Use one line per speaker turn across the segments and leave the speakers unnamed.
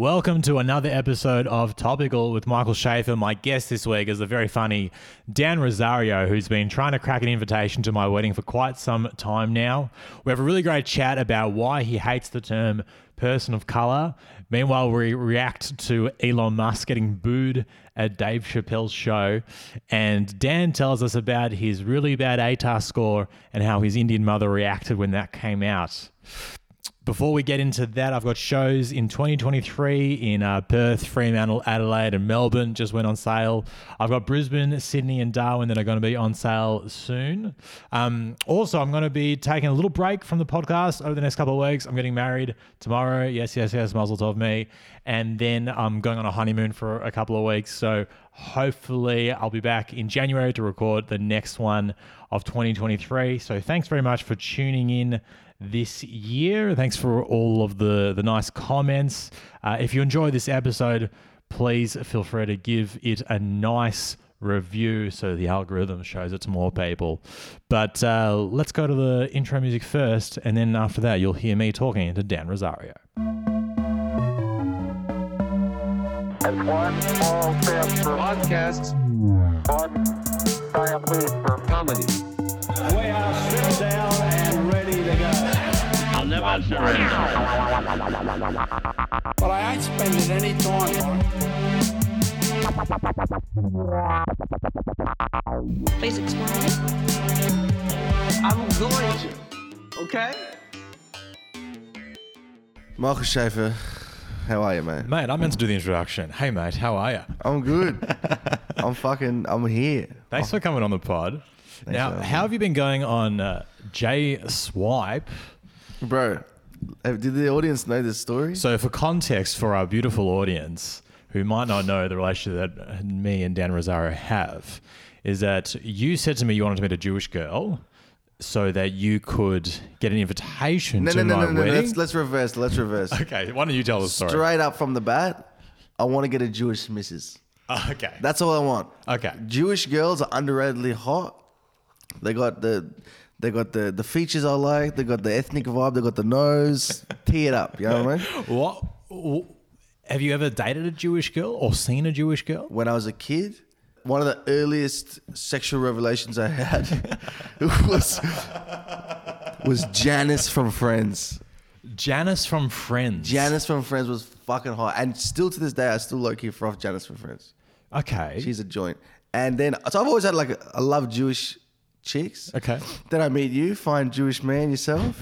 Welcome to another episode of Topical with Michael Schaefer. My guest this week is the very funny Dan Rosario, who's been trying to crack an invitation to my wedding for quite some time now. We have a really great chat about why he hates the term person of color. Meanwhile, we react to Elon Musk getting booed at Dave Chappelle's show. And Dan tells us about his really bad ATAR score and how his Indian mother reacted when that came out. Before we get into that, I've got shows in 2023 in uh, Perth, Fremantle, Adelaide, and Melbourne just went on sale. I've got Brisbane, Sydney, and Darwin that are going to be on sale soon. Um, also, I'm going to be taking a little break from the podcast over the next couple of weeks. I'm getting married tomorrow. Yes, yes, yes, Mazel Tov me. And then I'm going on a honeymoon for a couple of weeks. So hopefully I'll be back in January to record the next one of 2023. So thanks very much for tuning in this year. Thanks for all of the the nice comments. Uh, if you enjoy this episode, please feel free to give it a nice review so the algorithm shows it to more people. But uh, let's go to the intro music first, and then after that, you'll hear me talking to Dan Rosario.
It's one small step for podcasts, one giant leap for comedy.
We are stripped down and ready to go.
I'll never surrender.
But I ain't spending any time on it.
Please explain.
I'm going to, okay?
Michael Schaefer, how are you, mate?
Mate, I meant to do the introduction. Hey, mate, how are you?
I'm good. I'm fucking. I'm here.
Thanks for coming on the pod. now,
Alan.
how have you been going on uh, J Swipe?
bro. eh, Did the audience know this story?
So, for context for our beautiful audience who might not know the relationship that me and Dan Rosario have, is that you said to me you wanted to meet a Jewish girl so that you could get an invitation
no,
to
no, no,
my
no, no, no.
wedding.
Let's, let's reverse. Let's reverse.
okay, why don't you tell the story?
Straight up from the bat, I want to get a Jewish missus.
Ah, okay.
That's all I want.
Okay.
Jewish girls are underratedly hot. They got the. They got the, the features I like. They got the ethnic vibe. They got the nose. Tee it up. You know what I mean?
What? wh- Have you ever dated a Jewish girl or seen a Jewish girl?
when I was a kid, one of the earliest sexual revelations I had was was Janice from Friends.
Janice from Friends.
Janice from Friends was fucking hot, and still to this day, I still low key froth Janice from Friends.
Okay.
She's a joint. And then, so I've always had like a- I love Jewish chicks.
Okay.
Then I meet you, fine Jewish man yourself.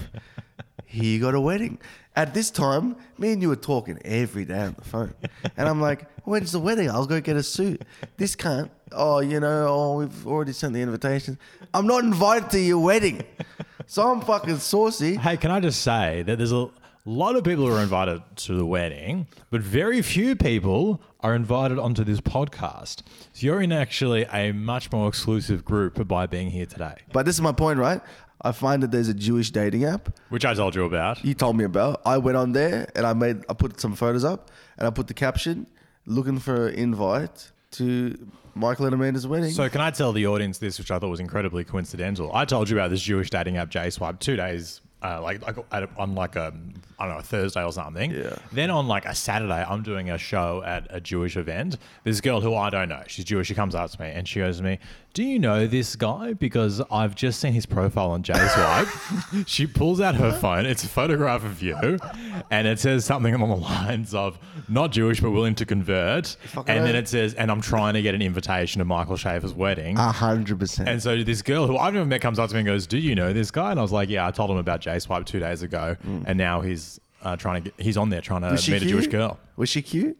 Here you got a wedding. At this time, me and you were talking every day on the phone. And I'm like, when's the wedding? I'll go get a suit. This can't. Oh, you know, oh, we've already sent the invitations. I'm not invited to your wedding. So I'm fucking saucy.
Hey, can I just say that there's a lot of people who are invited to the wedding, but very few people are invited onto this podcast. So you're in actually a much more exclusive group by being here today,
But this is my point, right? I find that there's a Jewish dating app.
which I told you about.
you told me about. I went on there and I made I put some photos up and I put the caption looking for invite to Michael and Amanda's wedding.
So can I tell the audience this, which I thought was incredibly coincidental? I told you about this Jewish dating app, JSwipe, two days. Uh, like, like at a- on like a I don't know a Thursday or something.
Yeah.
Then on like a Saturday, I'm doing a show at a Jewish event. This girl who I don't know, she's Jewish. She comes up to me and she goes to me, "Do you know this guy? Because I've just seen his profile on JSwipe." she pulls out her phone. It's a photograph of you, and it says something along the lines of "not Jewish but willing to convert,"
Fucking
and then
hell.
it says, and I'm trying to get an invitation to Michael Schaefer's wedding.
a hundred
and
percent.
so this girl who I've never met comes up to me and goes, Do you know this guy? And I was like, Yeah, I told him about J Swipe two days ago.
Mm.
And now he's uh, trying to get, he's on there trying to meet a Jewish girl.
Was she cute?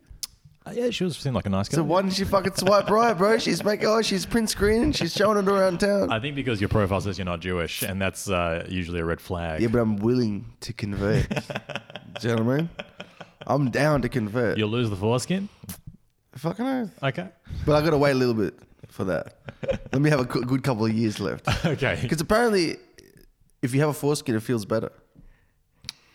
Uh, yeah, she was seemed like a nice girl.
So why didn't she fucking swipe right, bro? She's making oh she's print screening, she's showing it around town.
I think because your profile says you're not Jewish, and that's uh, usually a red flag.
yeah, but I'm willing to convert. Do you know what I mean? I'm down to convert.
You'll lose the foreskin.
Fucking oath.
Okay.
But I gotta wait a little bit for that. Let me have a cou- good couple of years left.
Okay.
Because apparently if you have a foreskin it feels better.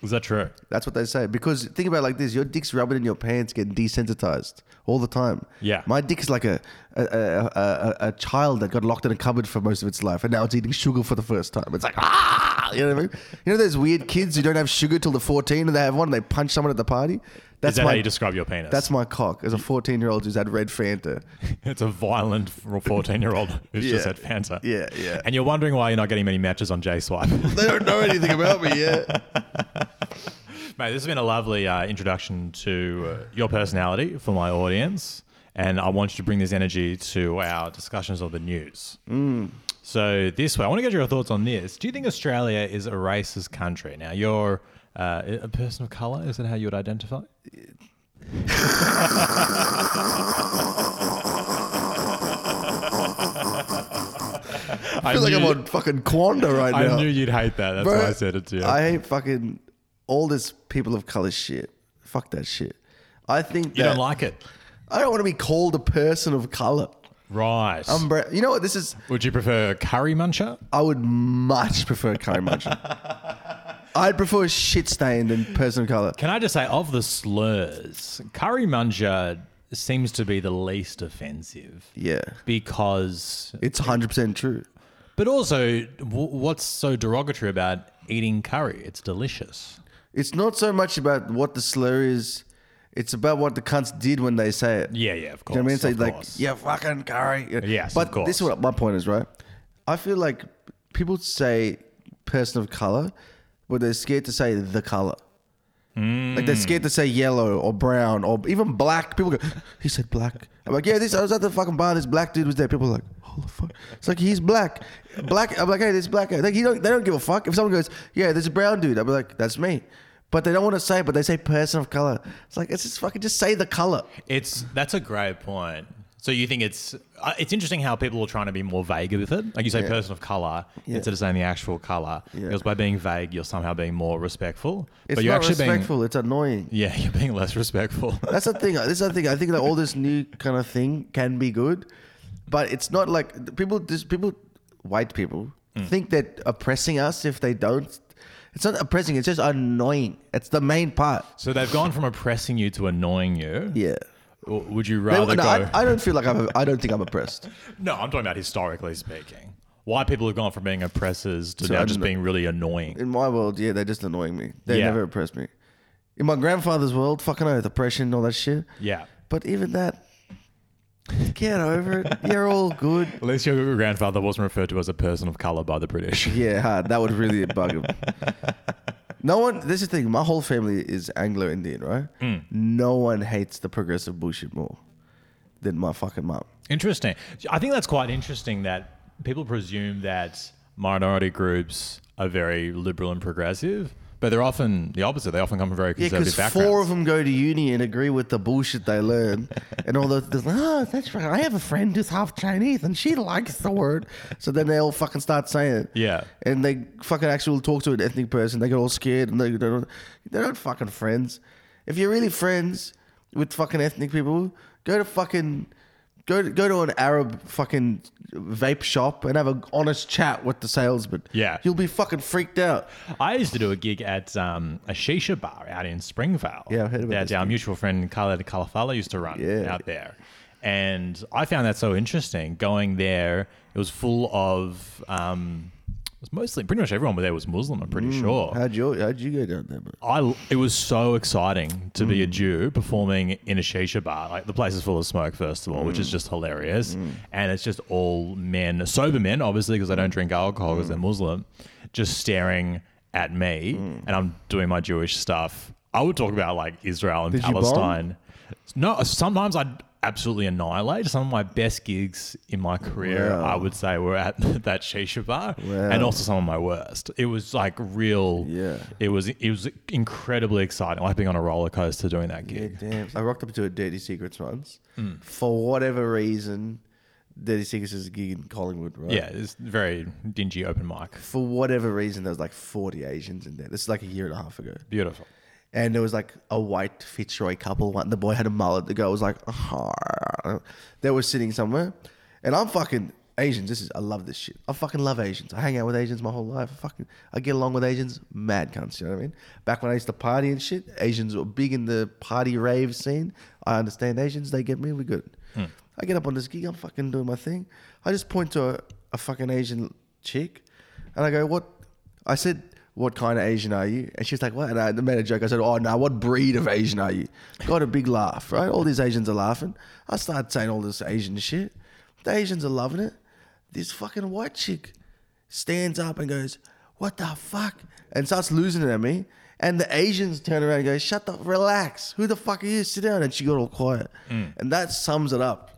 Is that true?
That's what they say. Because think about it like this: your dick's rubbing in your pants, getting desensitized all the time.
Yeah.
my dick is like a a, a, a a child that got locked in a cupboard for most of its life, and now it's eating sugar for the first time. It's like ah, you know what I mean? You know those weird kids who don't have sugar till the fourteen, and they have one, and they punch someone at the party. That's
Is that
my,
how you describe your penis?
That's my cock as a fourteen-year-old who's had red Fanta.
it's a violent 14 year old who's just
Yeah.
had Fanta.
Yeah, yeah.
And you're wondering why you're not getting many matches on J Swipe.
They don't know anything about me yet.
Mate, this has been a lovely uh, introduction to uh, your personality for my audience, and I want you to bring this energy to our discussions of the news.
Mm.
So this way, I want to get your thoughts on this. Do you think Australia is a racist country? Now, you're uh, a person of colour. Is that how you would identify? I,
I feel like
knew,
I'm on fucking Quanda right
I
now.
knew you'd hate that. That's
Bro,
why I said it to you.
I hate fucking all this people of color shit. Fuck that shit. I think
you
that
don't like it,
I don't want to be called a person of color.
right?
I'm bra- you know what? This is.
would you prefer curry muncher?
I would much prefer curry muncher. I'd prefer shit stain than person of color.
Can I just say, of the slurs, curry muncher seems to be the least offensive.
Yeah,
Because,
it's 100 percent true.
but also, w- what's so derogatory about eating curry? It's delicious.
It's not so much about what the slur is. It's about what the cunts did when they say it.
Yeah, yeah, of course.
Do you know what I mean? So
of
like,
course.
yeah, fucking curry. Yeah.
Yes,
but
of course.
this is what my point is, right? I feel like people say person of color, but they're scared to say the color. Like they're scared to say yellow or brown or even black. People go, he said black. I'm like, yeah, this. I was at the fucking bar. This black dude was there. People are like, oh the fuck. It's like he's black. Black. I'm like, hey, this black guy. Like, you don't, they don't give a fuck. If someone goes, yeah, there's a brown dude. I'm like, that's me. But they don't want to say. it, But they say person of color. It's like it's just fucking just say the color.
It's that's a great point. So you think it's uh, it's interesting how people are trying to be more vague with it. Like you say, person of color
Yeah.
instead of saying the actual color,
Yeah.
because by being vague, you're somehow being more respectful.
It's
but you're
not
actually
respectful. It's annoying.
being yeah, you're being less respectful.
That's the thing. That's the thing. I think that all this new kind of thing can be good, but it's not like people. Just people, white people,
Mm.
think that oppressing us if they don't. It's not oppressing. It's just annoying. It's the main part.
So they've gone from oppressing you to annoying you.
Yeah.
W- Would you
They-
rather
no,
go?
I, I don't feel like I'm. I don't think I'm oppressed.
no, I'm talking about historically speaking. Why people have gone from being oppressors to
So
now
I
just
don't know.
being really annoying.
In my world, yeah, they're just annoying me. They
Yeah.
never oppressed me. In my grandfather's world, fucking oath, oppression, all that shit.
Yeah.
But even that, get over it. You're all good.
At least your grandfather wasn't referred to as a person of color by the British.
Yeah, hard. that would really bug him. No one. This is the thing. My whole family is Anglo Indian, right? No one hates the progressive bullshit more than my fucking mum.
Interesting. I think that's quite interesting that people presume that minority groups are very liberal and progressive, but they're often the opposite. They often come from very
Yeah,
conservative
because
backgrounds.
four of them go to uni and agree with the bullshit they learn, and all the they're like, oh, that's right. I have a friend who's half Chinese, and she likes the word. So then they all fucking start saying it.
Yeah.
and they fucking actually talk to an ethnic person. They get all scared, and they, they don't. They're not fucking friends. If you're really friends with fucking ethnic people, go to fucking. Go to, go to an Arab fucking vape shop and have an honest chat with the salesman.
Yeah.
You'll be fucking freaked out.
I used to do a gig at um, a shisha bar out in Springvale.
Yeah, I've heard about
that
this
our
gig.
mutual friend Khaled Kalafala used to run
Yeah.
out there. And I found that so interesting. Going there, it was full of, um, it was mostly, pretty much everyone there was Muslim, I'm
Mm,
pretty sure.
How'd you, how'd you go down there, bro?
I it was so exciting to
Mm.
be a Jew performing in a shisha bar. Like the place is full of smoke, first of all,
Mm.
which is just hilarious, and it's just all men, sober men, obviously, because they don't drink alcohol because
Mm.
they're Muslim, just staring at me,
Mm.
and I'm doing my Jewish stuff. I would talk about like Israel and
Did you bomb?
Palestine. No, sometimes I'd absolutely annihilate. Some of my best gigs in my career,
Wow.
I would say, were at that shisha bar, and
Wow.
also some of my worst. It was like real.
Yeah.
It was it was incredibly exciting, like being on a roller coaster doing that gig.
Damn, I rocked up to a Dirty Secrets once.
Hmm.
For whatever reason, Dirty Secrets is a gig in Collingwood, right?
Yeah, it's very dingy open mic.
For whatever reason, there was like 40 Asians in there. This is like a year and a half ago.
Beautiful.
And there was like a white Fitzroy couple. One, the boy had a mullet. The girl was like, "Ah." they were sitting somewhere. And I'm fucking Asians, this is I love this shit. I fucking love Asians. I hang out with Asians my whole life. I fucking I get along with Asians, mad cunts. You know what I mean? Back when I used to party and shit, Asians were big in the party rave scene. I understand Asians. They get me. We good. I get up on this gig. I'm fucking doing my thing. I just point to a, a fucking Asian chick, and I go, "What?" I said, "What kind of Asian are you?" And she's like, "What?" And I made a joke. I said, "Oh no, what breed of Asian are you?" Got a big laugh. Right? All these Asians are laughing. I start saying all this Asian shit. The Asians are loving it. This fucking white chick stands up and goes, "What the fuck?" and starts losing it at me. And the Asians turn around and go, "Shut the relax. Who the fuck are you? Sit down." And she got all quiet. And that sums it up.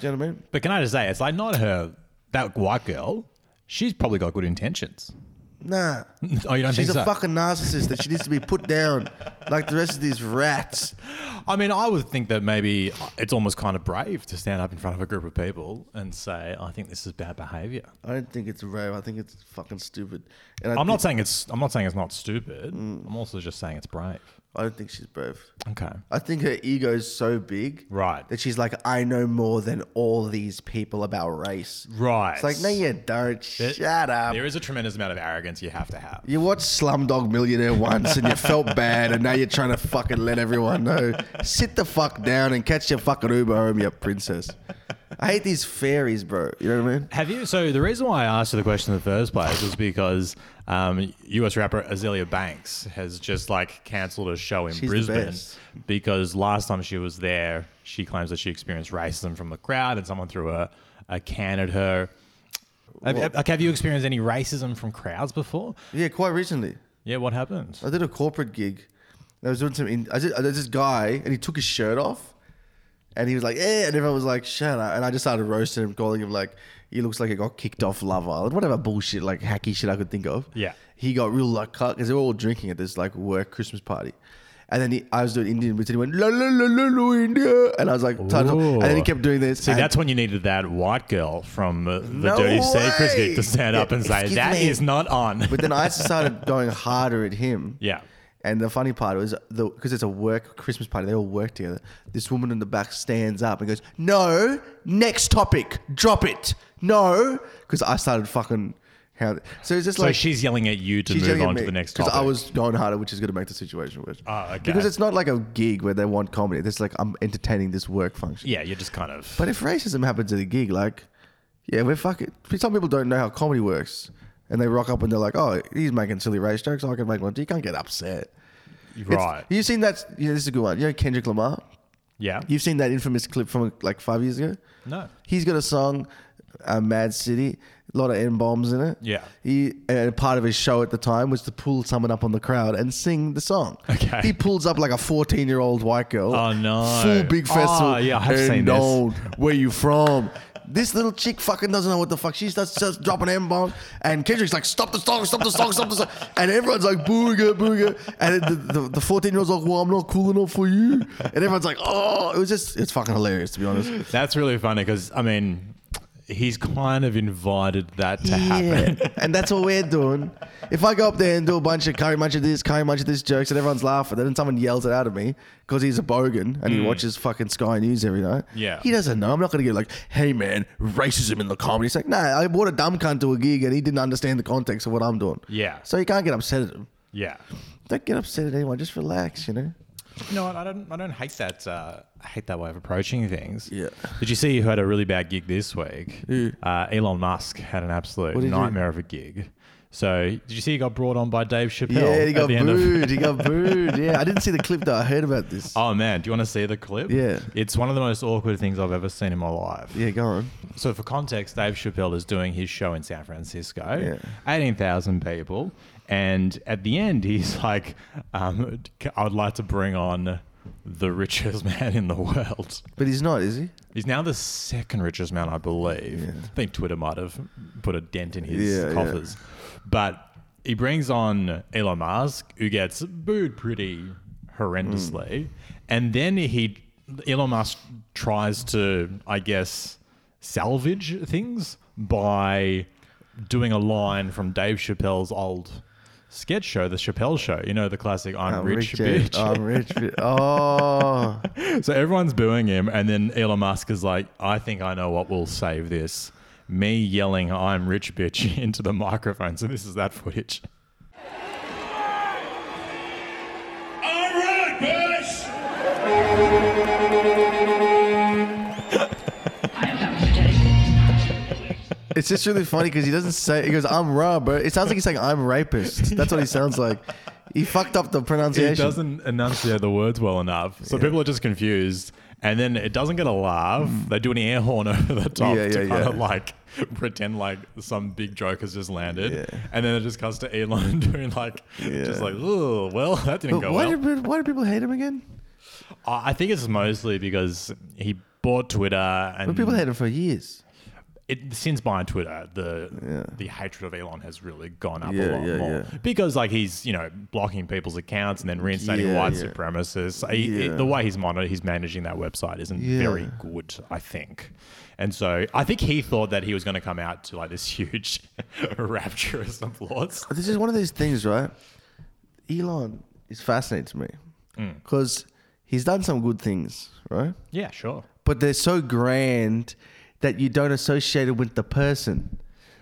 Do you know what I mean?
But can I just say, it's like not her, that white girl. She's probably got good intentions.
Nah.
Oh, you don't
She's
think
a
so?
fucking narcissist that she needs to be put down like the rest of these rats.
I mean, I would think that maybe it's almost kind of brave to stand up in front of a group of people and say, "I think this is bad behavior."
I don't think it's rave. I think it's fucking stupid. And I
I'm
think-
not saying it's. I'm not saying it's not stupid.
Mm.
I'm also just saying it's brave.
I don't think she's brave.
Okay.
I think her ego is so big,
Right.
That she's like, I know more than all these people about race.
Right.
It's like, no, you don't.
There-
Shut up.
There is a tremendous amount of arrogance you have to have.
You watched Slumdog Millionaire once and you felt bad, and now you're trying to fucking let everyone know. Sit the fuck down and catch your fucking Uber home, you princess. I hate these fairies, bro. You know what I mean?
Have you? So the reason why I asked you the question in the first place was because um, U.S. rapper Azealia Banks has just like cancelled a show in
the
Brisbane
best.
because last time she was there, she claims that she experienced racism from the crowd and someone threw a, a can at her. Have, have- like, have you experienced any racism from crowds before?
Yeah, quite recently.
Yeah, what happened?
I did a corporate gig. And I was doing some. In- I did. There's this guy, and he took his shirt off, and he was like, "Eh," and everyone was like, "Shut up!" And I just started roasting him, calling him like, "He looks like he got kicked off Love Island," whatever bullshit, like hacky shit I could think of.
Yeah.
He got real like cut because they were all drinking at this like work Christmas party. And then he, I was doing Indian bits and he went, la la la la la India. And I was like, "Time's up." and then he
Ooh.
kept doing this.
See,
and-
that's when you needed that white girl from uh, the
No
Dirty Secrets
way!
gig to stand up and say,
Excuse
"That is
me."
not on.
But then I started going harder at him.
Yeah.
And the funny part was the because it's a work Christmas party, they all work together. This woman in the back stands up and goes, "No, next topic, drop it, no," because I started fucking. How, so it's just
so
like
she's yelling at you to
she's
move
yelling at
on to
me
the next
because
topic.
I was going harder, which is going to make the situation worse.
Ah, okay.
Because it's not like a gig where they want comedy. It's like I'm entertaining this work function.
yeah, you're just kind of.
But if racism happens at a gig, like, yeah, we're fucking. Some people don't know how comedy works, and they rock up and they're like, "Oh, he's making silly race jokes. I can make one." too." You can't get upset. It's-
Right.
You seen that? Yeah, this is a good one. You know Kendrick Lamar.
Yeah.
You've seen that infamous clip from like five years ago.
No.
He's got a song, uh, "Mad City." A lot of n bombs in it.
Yeah.
He and part of his show at the time was to pull someone up on the crowd and sing the song.
Okay.
He pulls up like a fourteen-year-old white girl.
Oh, no.
Full big
Oh,
festival.
yeah, I have seen this.
"N-Bomb, Where you from? This little chick fucking doesn't know what the fuck. She starts just dropping M bombs, and Kendrick's like, "Stop the song! Stop the song! Stop the song!" And everyone's like, "Booga, booga!" And the- the the fourteen year old's like, "Well, I'm not cool enough for you." And everyone's like, "Oh!" It was just, it's fucking hilarious to be honest.
That's really funny because I mean, he's kind of invited that to happen.
Yeah, and that's what we're doing. If I go up there and do a bunch of curry munch of this, curry munch of this jokes, and everyone's laughing, then someone yells it out of me because he's a bogan and he watches fucking Sky News every night.
Mm. Yeah.
he doesn't know. I'm not going to get like, hey man, racism in the comedy. It's like, nah, I brought a dumb cunt to a gig and he didn't understand the context of what I'm doing.
Yeah.
so you can't get upset at him.
Yeah.
Don't get upset at anyone. Just relax. You know.
You know what? I don't. I don't hate that. Uh, I hate that way of approaching things.
Yeah.
Did you see who had a really bad gig this week? Uh, Elon Musk had an absolute
did he do?
nightmare of a gig. So did you see he got brought on by Dave Chappelle?
Yeah, he
at
got
the end of-
booed. he got booed. Yeah, I didn't see the clip though. I heard about this.
Oh man, do you want to see the clip?
Yeah.
It's one of the most awkward things I've ever seen in my life.
Yeah, go on.
So for context, Dave Chappelle is doing his show in San Francisco,
Yeah.
eighteen thousand people, and at the end he's like, um, "I'd like to bring on the richest man in the world."
But he's not, is he?
He's now the second richest man, I believe. I think Twitter might have put a dent in his
Yeah, yeah.
coffers, but he brings on Elon Musk, who gets booed pretty horrendously, and then he Elon Musk tries to, I guess, salvage things by doing a line from Dave Chappelle's old sketch show, the Chappelle Show. You know the classic "I'm,
I'm
rich,
Jay.
bitch."
I'm rich. Oh, Bitch. Oh.
So everyone's booing him, and then Elon Musk is like, "I think I know what will save this." me yelling, I'm rich, bitch, into the microphone. So this is that footage.
I'm right, bitch!
It's just really funny because he doesn't say. He goes, "I'm raw, bro." It sounds like he's saying, "I'm rapist." That's what he sounds like. He fucked up the
It
pronunciation.
doesn't enunciate the words well enough. So people are just confused. And then it doesn't get a laugh. They do an air horn over the top
Mm. Yeah,
to
yeah,
kind of
yeah.
like pretend like some big joke has just landed.
Yeah.
And then it just cuts to Elon doing like, just
Yeah.
like, oh, well, that didn't
But
go
why,
well.
do, pe- why do people hate him again?
I I think it's mostly because he bought Twitter and
But people hate him for years.
it, since buying Twitter, the
Yeah.
the hatred of Elon has really gone up a
Yeah,
lot
yeah,
more
yeah.
because like he's you know blocking people's accounts and then reinstating
Yeah,
white
yeah.
supremacists. He- he-
Yeah.
the way he's monitored, he's managing that website isn't
Yeah.
very good, I think. And so I think he thought that he was going to come out to like this huge rapturous applause.
But this is one of these things, right? Elon is fascinates me
Mm.
because he's done some good things, right?
Yeah, sure.
But they're so grand that you don't associate it with the person.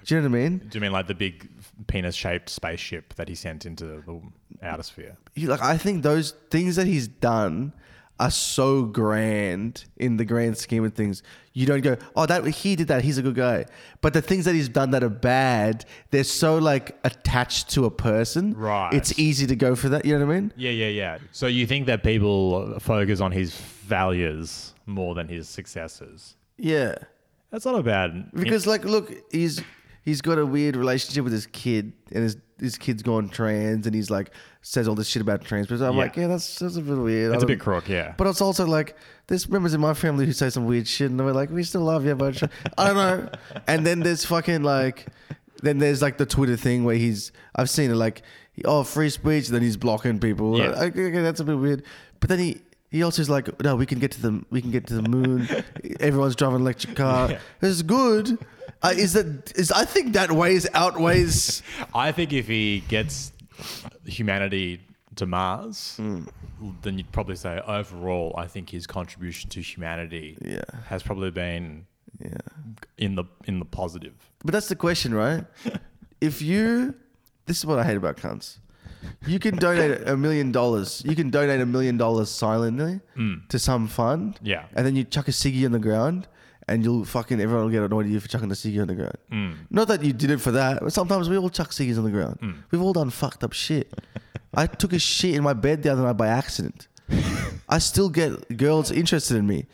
Do you know what I mean?
Do you mean like the big penis-shaped spaceship that he sent into the outer sphere?
he, like I think those things that he's done are so grand in the grand scheme of things. You don't go, oh, that he did that. He's a good guy. But the things that he's done that are bad, they're so like attached to a person.
Right.
It's easy to go for that. You know what I mean?
Yeah, yeah, yeah. So you think that people focus on his failures more than his successes?
Yeah.
That's not a bad
Because like, look, he's he's got a weird relationship with his kid, and his his kid's gone trans, and he's like says all this shit about trans. But I'm
Yeah.
like, yeah, that's that's a bit weird.
It's
I
a bit
don't-
crook, yeah.
But it's also like there's members in my family who say some weird shit, and we're like, we still love you, but I don't know. And then there's fucking like, then there's like the Twitter thing where he's I've seen it like, oh free speech, then he's blocking people.
Yeah.
Like, okay, okay, that's a bit weird. But then he. He also is like, no, we can get to the we can get to the moon. Everyone's driving an electric car.
Yeah.
It's good. Uh, is that is I think that weighs outweighs.
I think if he gets humanity to Mars,
Hmm.
then you'd probably say overall, I think his contribution to humanity
Yeah.
has probably been
yeah.
in the in the positive.
But that's the question, right? if you, this is what I hate about cunts. You can donate a million dollars. You can donate a million dollars silently to some fund.
Yeah.
And then you chuck a ciggy on the ground and you'll fucking, everyone will get annoyed at you for chucking a ciggy on the ground. Not that you did it for that, but sometimes we all chuck ciggies on the ground. We've all done fucked up shit. I took a shit in my bed the other night by accident. I still get girls interested in me.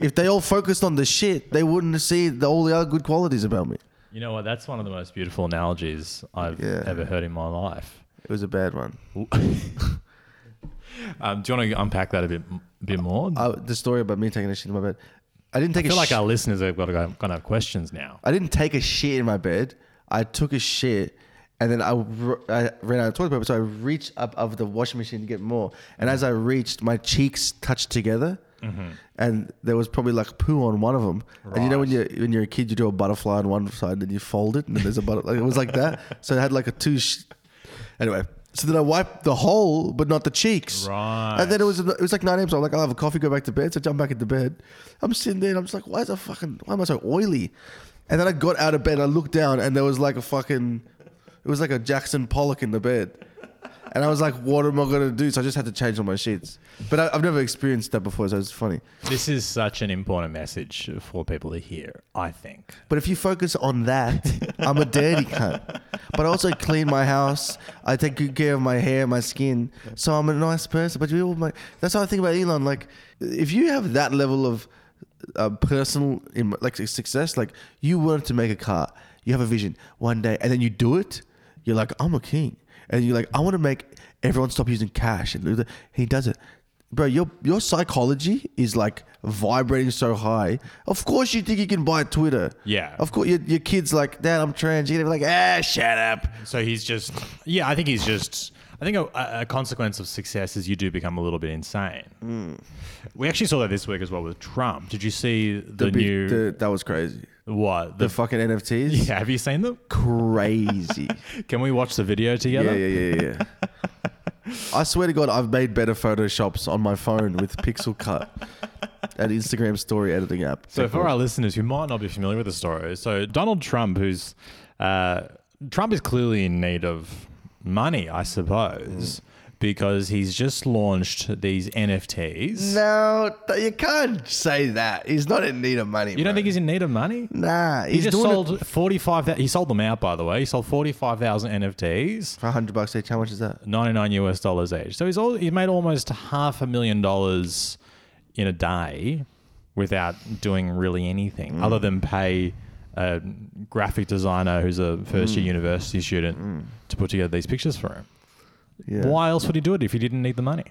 If they all focused on the shit, they wouldn't see the, all the other good qualities about me.
You know what? That's one of the most beautiful analogies I've
Yeah.
ever heard in my life.
It was a bad one.
Um, do you want to unpack that a bit bit more? I
Uh, the story about me taking a shit in my bed. I didn't take a
feel like
sh-
our listeners have got to go, gonna have questions now.
I didn't take a shit in my bed. I took a shit and then I, r- I ran out of toilet paper. So I reached up of the washing machine to get more. And as I reached, my cheeks touched together. And there was probably like poo on one of them. And you know when you when you're a kid, you do a butterfly on one side, and then you fold it, and then there's a butterfly. it was like that. So it had like a two. Sh- anyway, so then I wiped the whole, but not the cheeks.
Right.
And then it was it was like 9 a.m. So I'm like, I'll have a coffee, go back to bed. So I jump back into bed. I'm sitting there and I'm just like, why is I fucking why am I so oily? And then I got out of bed and I looked down and there was like a fucking it was like a Jackson Pollock in the bed. And I was like, what am I gonna do? So I just had to change all my sheets. But I, I've never experienced that before, so it's funny.
This is such an important message for people to hear, I think.
But if you focus on that, I'm a dirty cunt. But I also clean my house. I take good care of my hair, my skin. So I'm a nice person. But you all my, that's how I think about Elon. Like, if you have that level of uh, personal im- like success, like you wanted to make a car, you have a vision one day, and then you do it. You're like, I'm a king, and you're like, I want to make everyone stop using cash. And do the- he does it bro your your psychology is like vibrating so high of course you think you can buy twitter
Yeah.
of course your, your kid's like dad i'm trans you're gonna be like ah shut up
So he's just, yeah, I think he's just, I think a, a consequence of success is you do become a little bit insane.
Hmm.
We actually saw that this week as well with Trump. Did you see the,
Be-
new,
the- that was crazy
what?
the
The,
fucking nfts
yeah, have you seen them?
crazy
Can we watch the video
yeah
together?
yeah yeah yeah i swear to god i've made better photoshops on my phone with pixel cut an Instagram story editing app.
So for our listeners who might not be familiar with the story, so Donald Trump, who's uh, Trump is clearly in need of money, I
Mm.
suppose, because he's just launched these NFTs.
no, th- you can't say that. He's not in need of money.
You don't think he's in need of money?
Nah,
He
he's
just
doing it
sold forty-five. He sold them out, by the way. He sold forty-five thousand NFTs,
for hundred bucks each. How much is that?
ninety-nine US dollars each. So he's all he made almost half a million dollars in a day without doing really anything
Mm.
other than pay a graphic designer who's a first-year
Mm.
university student to put together these pictures for him.
Yeah.
Why else would he do it if he didn't need the money?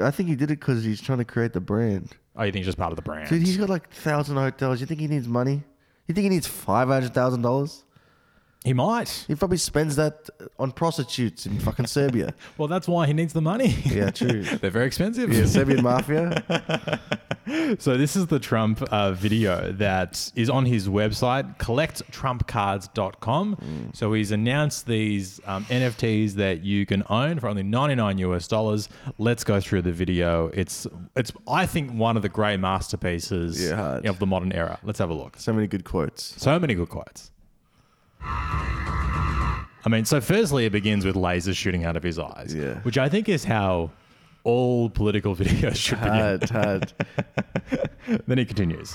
I think he did it because he's trying to create the brand.
Oh, you think it's just part of the brand?
Dude, he's got like thousand hotels. You think he needs money? You think he needs five hundred thousand dollars?
he might.
He probably spends that on prostitutes in fucking Serbia.
Well, that's why he needs the money.
Yeah, true.
They're very expensive.
yeah, Serbian mafia.
So this is the Trump uh, video that is on his website, collecttrumpcards.com.
Mm.
So he's announced these um, NFTs that you can own for only 99 US dollars. Let's go through the video. It's it's I think one of the great masterpieces
Yeah, hard.
of the modern era. Let's have a look.
So many good quotes.
So many good quotes. I mean, so firstly, it begins with lasers shooting out of his eyes,
Yeah.
which I think is how all political videos should begin.
Hard, hard.
Then he continues.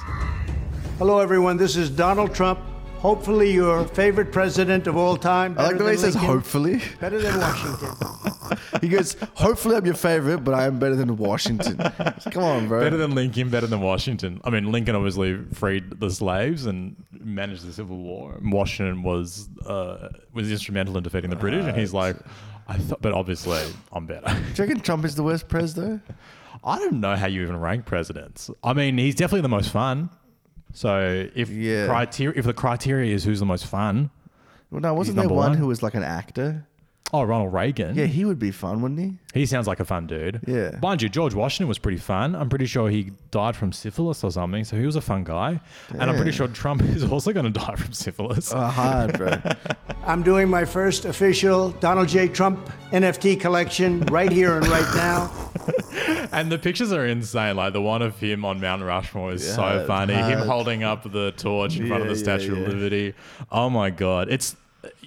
Hello, everyone. This is Donald Trump. Hopefully, your favorite president of all time.
I like the
better
way he
than
says
Lincoln,
hopefully.
Better than Washington.
He goes, hopefully I'm your favorite, but I am better than Washington. Come on, bro.
Better than Lincoln, better than Washington. I mean, Lincoln obviously freed the slaves and managed the Civil War. And Washington was uh, was instrumental in defeating the British, and he's like, I thought, but obviously I'm better.
Do you reckon Trump is the worst pres though?
I don't know how you even rank presidents. I mean, he's definitely the most fun. So if
Yeah.
criteria, if the criteria is who's the most fun,
Well, no,
He's
wasn't there
number
one,
one.
who was like an actor?
oh Ronald Reagan,
Yeah, he would be fun, wouldn't he?
he sounds like a fun dude.
Yeah.
mind you, George Washington was pretty fun. I'm pretty sure he died from syphilis or something, so he was a fun guy. And I'm pretty sure
Damn.
Trump is also going to die from syphilis.
Oh, hard, bro.
I'm doing my first official Donald J. Trump NFT collection right here and right now.
And the pictures are insane. Like the one of him on Mount Rushmore is so
Yeah,
funny. Him
hard.
holding up the torch in front of
Yeah,
the Statue
yeah,
of
yeah.
Liberty. Oh my god, it's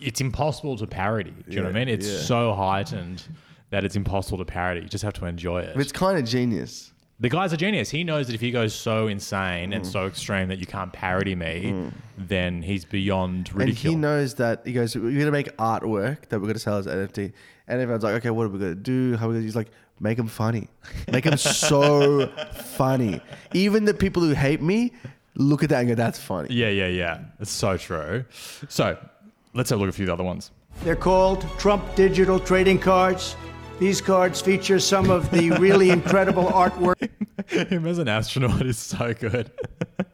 it's impossible to parody. Do you know what I
Yeah,
mean? It's
yeah.
so heightened that it's impossible to parody. You just have to enjoy it.
But it's kind of genius.
the guy's a genius. He knows that if he goes so insane
Mm.
and so extreme that you can't parody me, then he's beyond ridicule.
And he knows that he goes, We're gonna make artwork that we're gonna sell as NFT. And everyone's like, Okay, what are we gonna do? How are we gonna he's like, make them funny. Make them so funny. Even the people who hate me look at that and go, That's funny.
yeah, yeah, yeah. It's so true. So let's have a look at a few of the other ones.
They're called Trump Digital Trading Cards. These cards feature some of the really incredible artwork.
Him as an astronaut is so good.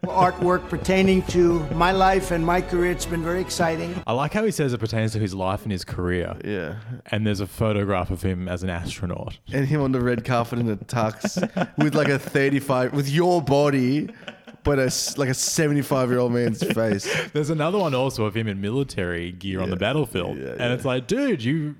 artwork pertaining to my life and my career. It's been very exciting.
I like how he says it pertains to his life and his career.
Yeah.
And there's a photograph of him as an astronaut.
And him on the red carpet in a tux with like a thirty five with your body, but a s- like a seventy five year old man's face.
There's another one also of him in military gear on the battlefield.
yeah,
and
yeah.
it's like, dude, you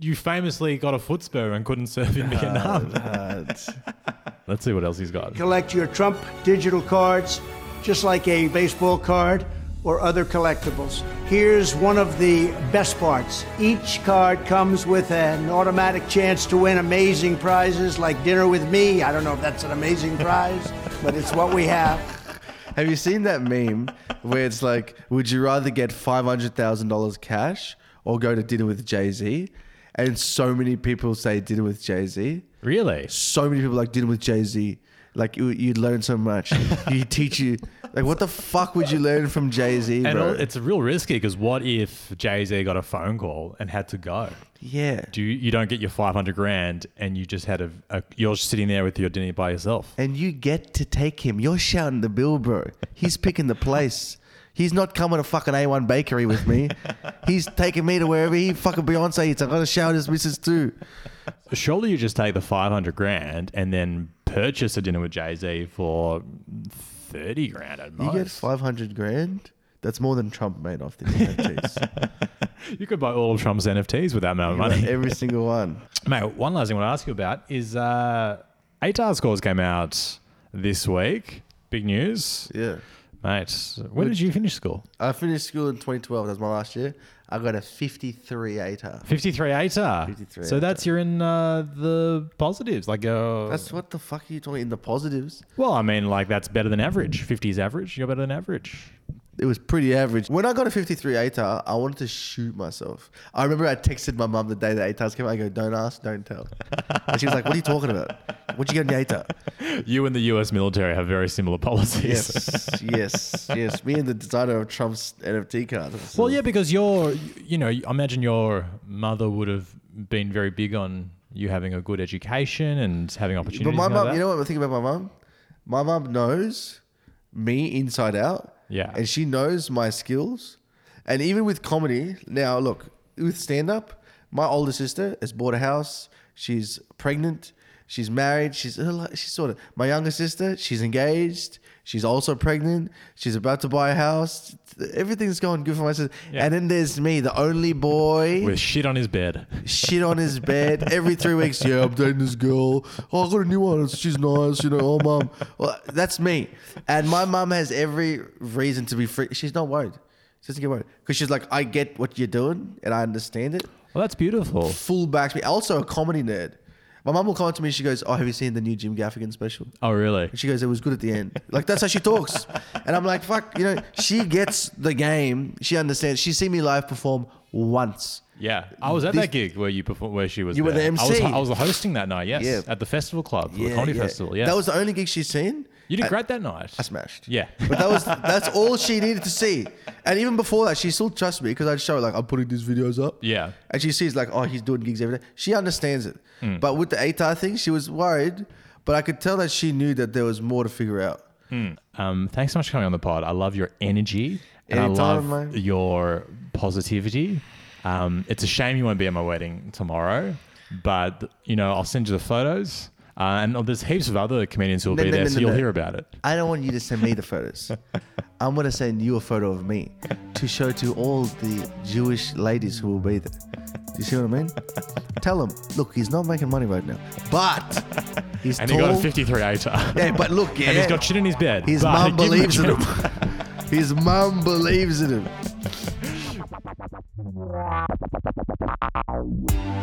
you famously got a foot spur and couldn't serve in Vietnam.
That's-
Let's see what else he's got.
Collect your Trump digital cards, just like a baseball card or other collectibles. Here's one of the best parts each card comes with an automatic chance to win amazing prizes, like dinner with me. I don't know if that's an amazing prize, but it's what we have.
Have you seen that meme where it's like, would you rather get five hundred thousand dollars cash or go to dinner with Jay Z? And so many people say dinner with Jay Z.
Really?
So many people like dinner with Jay Z. Like you, you learn so much. He teach you. Like what the fuck would you learn from Jay Z,
And
bro?
all, it's real risky because what if Jay Z got a phone call and had to go?
yeah.
Do you, you don't get your 500 grand and you just had a, a you're sitting there with your dinner by yourself?
And you get to take him. You're shouting the bill, bro. He's picking the place. He's not coming to fucking A1 Bakery with me. He's taking me to wherever he fucking Beyonce eats. I'm gonna shout his missus too.
Surely you just take the 500 grand and then purchase a dinner with Jay Z for 30 grand at
You
most.
get 500 grand? That's more than Trump made off these NFTs.
You could buy all of Trump's NFTs with that amount of
Like,
money.
every single one.
Mate, one last thing I want to ask you about is uh, ATAR scores came out this week. Big news.
Yeah.
Mate, when did you finish school?
I finished school in 2012. That was my last year. I got a 53 ATAR.
53 ATAR.
53
So that's you're in uh, the positives. Like, uh,
That's what the fuck are you talking in the positives?
well, I mean, like that's better than average. 50 is average. You're better than average.
It was pretty average. When I got a 53 ATAR, I wanted to shoot myself. I remember I texted my mum the day the ATARs came out. I go, don't ask, don't tell. And she was like, what are you talking about? What'd you get in the ATAR?
You and the U.S. military have very similar policies.
Yes, yes, yes. Me and the designer of Trump's NFT card.
Well, yeah, because you're, you know, I imagine your mother would have been very big on you having a good education and having opportunities.
But my
and all
mum,
that.
you know what I think about my mum? My mum knows me inside out.
Yeah.
And she knows my skills. And even with comedy, now look, with stand up, my older sister has bought a house. She's pregnant. She's married. She's her li- she's sort of my younger sister. She's engaged. She's also pregnant. She's about to buy a house. Everything's going good for my sister.
Yeah.
And then there's me, the only boy
with shit on his bed.
shit on his bed every three weeks. Yeah, I'm dating this girl. Oh, I got a new one. She's nice, you know. Oh, mom. Well, that's me. And my mom has every reason to be free. She's not worried. She doesn't get worried because she's like, I get what you're doing and I understand it.
Well, that's beautiful.
Full backs me. Also, a comedy nerd. My mom will come up to me. She goes, "Oh, have you seen the new Jim Gaffigan special?"
Oh, really?
And she goes, "It was good at the end." Like that's how she talks. And I'm like, "Fuck," you know. She gets the game. She understands. She's seen me live perform once.
Yeah, I was at
This-
that gig where you perform, where she was.
You were
there.
the
I was,
MC.
I was hosting that night. Yes,
Yeah.
at the festival club, the comedy festival. Yeah,
That was the only gig she's seen.
you did
And
great that night.
I smashed.
Yeah.
But that was that's all she needed to see. And even before that, she still trusts me because I'd show her like I'm putting these videos up.
Yeah.
And she sees like, oh, he's doing gigs every day. She understands it.
Hmm.
But with the ATAR thing, she was worried, but I could tell that she knew that there was more to figure out.
Um, thanks so much for coming on the pod. I love your energy and I
Anytime,
love
mate.
your positivity. Um, it's a shame you won't be at my wedding tomorrow, but you know I'll send you the photos. Uh, and there's heaps of other comedians who will
No,
be
no,
there,
no,
so
no,
you'll
no.
hear about it.
I don't want you to send me the photos. I'm gonna send you a photo of me to show to all the Jewish ladies who will be there. Do you see what I mean? Tell them, look, he's not making money right now, but he's
And
tall.
he got a 53 ATAR.
Yeah, but look, yeah,
and he's got shit in his bed.
his
but
mum
give him a
believes in
chance.
him. his mum believes in him.